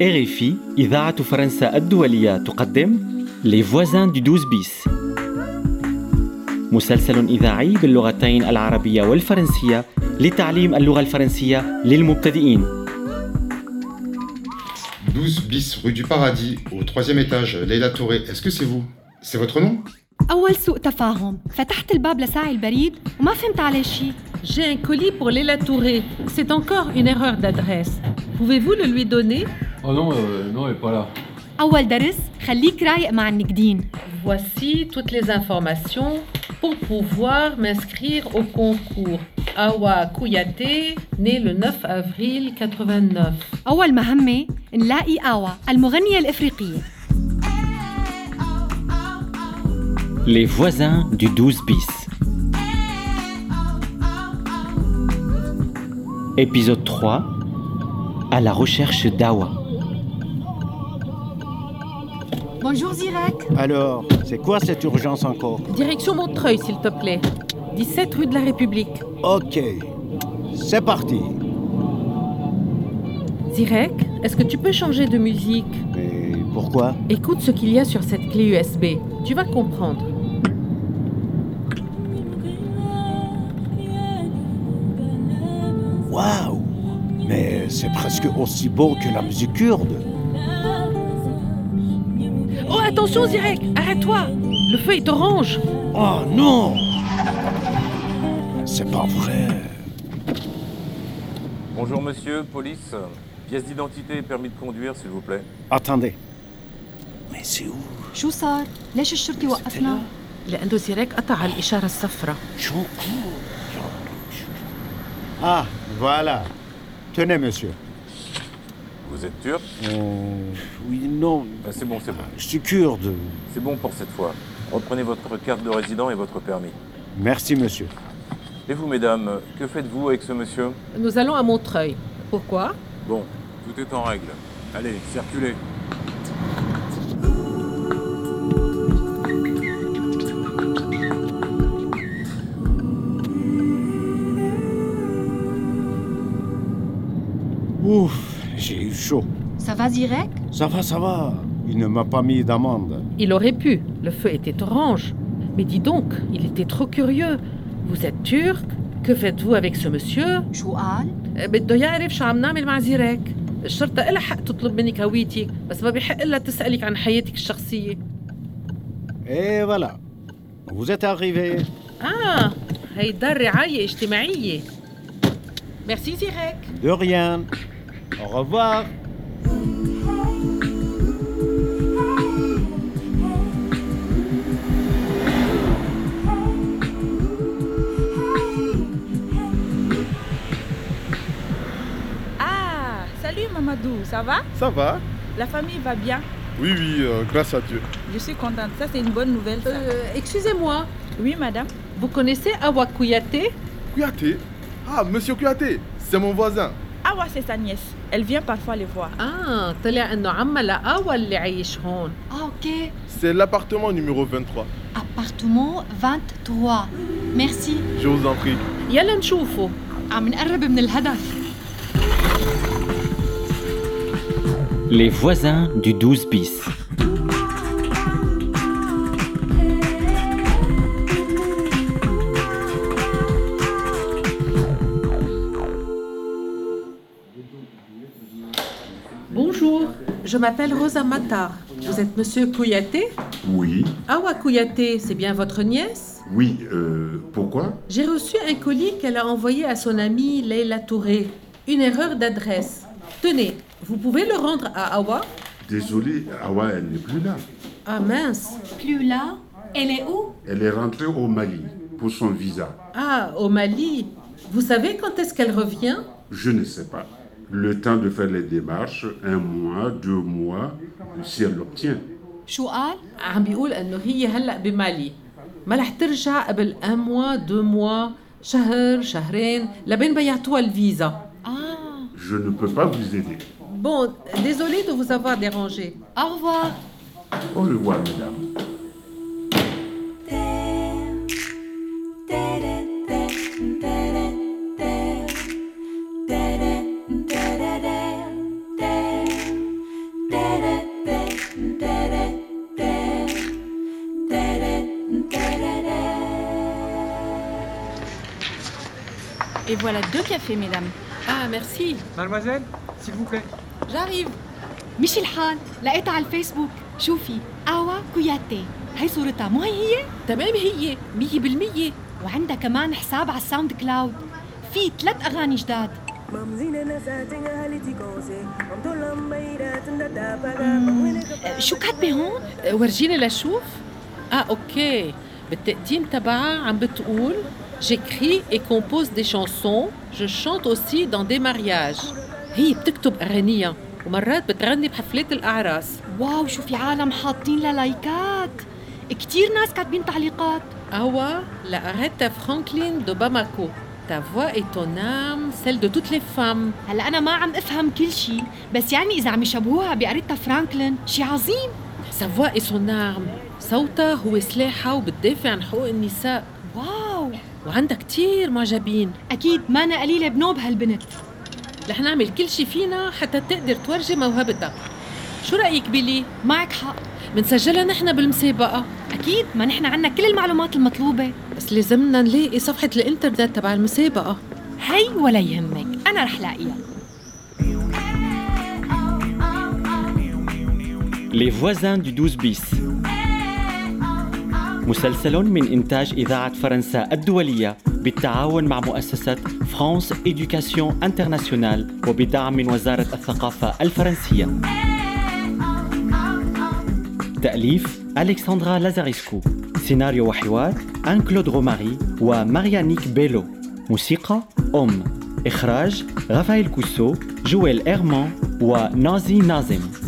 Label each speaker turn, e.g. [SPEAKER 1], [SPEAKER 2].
[SPEAKER 1] RFI إذاعة فرنسا الدولية تقدم Les voisins du 12 bis مسلسل إذاعي باللغتين العربية والفرنسية لتعليم اللغة الفرنسية للمبتدئين
[SPEAKER 2] 12 bis rue du Paradis, au troisième étage, Leila Touré, est-ce que c'est vous C'est votre nom
[SPEAKER 3] أول سوء تفاهم فتحت الباب لساعي البريد وما فهمت عليه شيء
[SPEAKER 4] J'ai un colis pour Léla Touré. C'est encore une erreur d'adresse. Pouvez-vous le lui donner
[SPEAKER 5] Oh non, euh, non, elle est pas là.
[SPEAKER 3] أول درس خليك رايق مع النقدين
[SPEAKER 4] Voici toutes les informations pour pouvoir m'inscrire au concours. Awa Kouyaté, né le 9 avril 89.
[SPEAKER 3] أول مهمة نلاقي آوا المغنية الإفريقية
[SPEAKER 1] Les voisins du 12 bis Épisode 3 À la recherche d'Awa
[SPEAKER 6] Bonjour Zirak.
[SPEAKER 7] Alors, c'est quoi cette urgence encore
[SPEAKER 4] Direction Montreuil, s'il te plaît. 17 rue de la République.
[SPEAKER 7] Ok, c'est parti.
[SPEAKER 4] Zirek, est-ce que tu peux changer de musique
[SPEAKER 7] Mais pourquoi
[SPEAKER 4] Écoute ce qu'il y a sur cette clé USB. Tu vas comprendre.
[SPEAKER 7] Waouh Mais c'est presque aussi beau que la musique kurde.
[SPEAKER 4] Oh, attention, Zirek Arrête-toi Le feu est orange
[SPEAKER 7] Oh non C'est pas vrai.
[SPEAKER 8] Bonjour monsieur, police. Pièce d'identité et permis de conduire, s'il vous plaît.
[SPEAKER 7] Attendez. Mais c'est où
[SPEAKER 3] شو صار؟ ليش الشرطي وقفنا؟
[SPEAKER 4] لأنه زيريك قطع على الإشارة الصفراء
[SPEAKER 7] Choukou. Ah, voilà. Tenez, monsieur.
[SPEAKER 8] Vous êtes turc
[SPEAKER 7] Euh, oui, non,
[SPEAKER 8] Ben, C'est bon, c'est bon.
[SPEAKER 7] je suis kurde.
[SPEAKER 8] C'est bon pour cette fois. Reprenez votre carte de résident et votre permis.
[SPEAKER 7] Merci, monsieur.
[SPEAKER 8] Et vous, mesdames, que faites-vous avec ce monsieur
[SPEAKER 4] Nous allons à Montreuil. Pourquoi
[SPEAKER 8] Bon, tout est en règle. Allez, circulez.
[SPEAKER 7] Ouf, j'ai eu chaud.
[SPEAKER 6] Ça va Zirak
[SPEAKER 7] Ça va, ça va. Il ne m'a pas mis d'amende.
[SPEAKER 4] Il aurait pu. Le feu était orange. Mais dis donc, il était trop curieux. Vous êtes turc Que faites-vous avec ce monsieur
[SPEAKER 6] شو قال؟
[SPEAKER 4] بده يعرف شو عم نعمل مع زيرك الشرطة إلها حق تطلب منك هويتك بس ما بحق إلا تسألك عن حياتك الشخصية
[SPEAKER 7] Et voilà. Vous êtes arrivé.
[SPEAKER 4] آه هيدا الرعاية اجتماعية ميرسي زيرك
[SPEAKER 7] De rien. Au revoir.
[SPEAKER 9] Ah, salut Mamadou, ça va
[SPEAKER 10] Ça va
[SPEAKER 9] La famille va bien
[SPEAKER 10] Oui, oui, euh, grâce à Dieu.
[SPEAKER 9] Je suis contente, ça c'est une bonne nouvelle. ça.
[SPEAKER 4] Euh. Excusez-moi,
[SPEAKER 9] Oui madame,
[SPEAKER 4] vous connaissez Awa Kouyaté
[SPEAKER 10] Kouyaté Ah, monsieur Kouyaté, c'est mon voisin.
[SPEAKER 9] Awa Ah c'est sa nièce, elle vient parfois les voir.
[SPEAKER 4] آه طلع إنه عمها لأوا اللي عايش هون
[SPEAKER 6] اه اوكي
[SPEAKER 10] C'est l'appartement numéro 23.
[SPEAKER 6] ابارتمون 23 ميرسي
[SPEAKER 10] Je vous en prie.
[SPEAKER 4] يلا نشوفه
[SPEAKER 6] Ah,
[SPEAKER 3] عم نقرب من الهدف
[SPEAKER 1] Les voisins du 12 bis
[SPEAKER 4] Bonjour, je m'appelle Rosa Matar. Vous êtes monsieur Kouyaté
[SPEAKER 11] Oui,
[SPEAKER 4] Awa Kouyaté, c'est bien votre nièce
[SPEAKER 11] oui, euh, pourquoi
[SPEAKER 4] J'ai reçu un colis qu'elle a envoyé à son amie Leila Touré. Une erreur d'adresse. Tenez, vous pouvez le rendre à Awa
[SPEAKER 11] Désolé, Awa, elle n'est plus là.
[SPEAKER 4] Ah mince
[SPEAKER 6] بلو لا الي او
[SPEAKER 11] Elle est rentrée au Mali pour son visa.
[SPEAKER 4] Ah, au Mali Vous savez quand est-ce qu'elle revient
[SPEAKER 11] Je ne sais pas. Le temps de faire les démarches, un mois, deux mois, si elle l'obtient.
[SPEAKER 6] شو قال؟
[SPEAKER 4] عم بيقول انه هي هلا بمالي ما رح ترجع قبل ان موا دو موا شهر شهرين لبين بيعطوها الفيزا
[SPEAKER 6] اه
[SPEAKER 11] Je ne peux pas vous aider.
[SPEAKER 4] آه. Bon, désolé de vous avoir dérangé.
[SPEAKER 6] اوفر
[SPEAKER 11] Au revoir, mesdames.
[SPEAKER 6] Et voilà deux cafés, mesdames.
[SPEAKER 4] Ah, merci.
[SPEAKER 12] Mademoiselle, s'il vous plaît.
[SPEAKER 6] J'arrive.
[SPEAKER 3] مشي الحال لقيتها على الفيسبوك شوفي اوا كوياتي هي صورتها مو هي هي
[SPEAKER 4] تمام هي 100%
[SPEAKER 3] وعندها كمان حساب على الساوند كلاود في ثلاث اغاني جداد
[SPEAKER 9] Hmm.
[SPEAKER 3] أه،
[SPEAKER 13] شو كاتبه هون؟
[SPEAKER 4] ورجيني لشوف اه اوكي بالتقديم تبعها عم بتقول J'écris et compose des chansons. Je chante aussi dans des mariages. هي بتكتب أغنية ومرات بتغني بحفلات الأعراس
[SPEAKER 3] واو شو في عالم حاطين لها لايكات كتير ناس كاتبين تعليقات
[SPEAKER 4] Awa, Ah la Aretha Franklin de Bamako. Ta voix et ton âme, celle de toutes les femmes.
[SPEAKER 3] هلا انا ما عم افهم كل شيء بس يعني اذا عم يشبهوها بأريتا فرانكلين شي عظيم
[SPEAKER 4] Sa voix et son arme. صوتها هو سلاحها وبتدافع عن حقوق النساء
[SPEAKER 3] واو
[SPEAKER 4] وعندها كتير معجبين
[SPEAKER 3] اكيد ما أنا قليله بنوب هالبنت
[SPEAKER 4] رح نعمل كل شي فينا حتى تقدر تورجي موهبتها شو رأيك بيلي؟
[SPEAKER 3] معك حق
[SPEAKER 4] منسجلها نحن بالمسابقة
[SPEAKER 3] اكيد ما نحن عنا كل المعلومات المطلوبه
[SPEAKER 4] بس لازمنا نلاقي صفحة الانترنت تبع المسابقة
[SPEAKER 3] هي ولا يهمك انا رح لاقيها
[SPEAKER 1] Les voisins du 12 bis مسلسل من إنتاج إذاعة فرنسا الدولية بالتعاون مع مؤسسة فرانس إدوكاسيون انترناسيونال وبدعم من وزارة الثقافة الفرنسية تأليف ألكسندرا لازاريسكو سيناريو وحوار أن كلود روماري وماريانيك بيلو موسيقى أم إخراج رافائيل كوسو جويل إيرمان ونازي نازم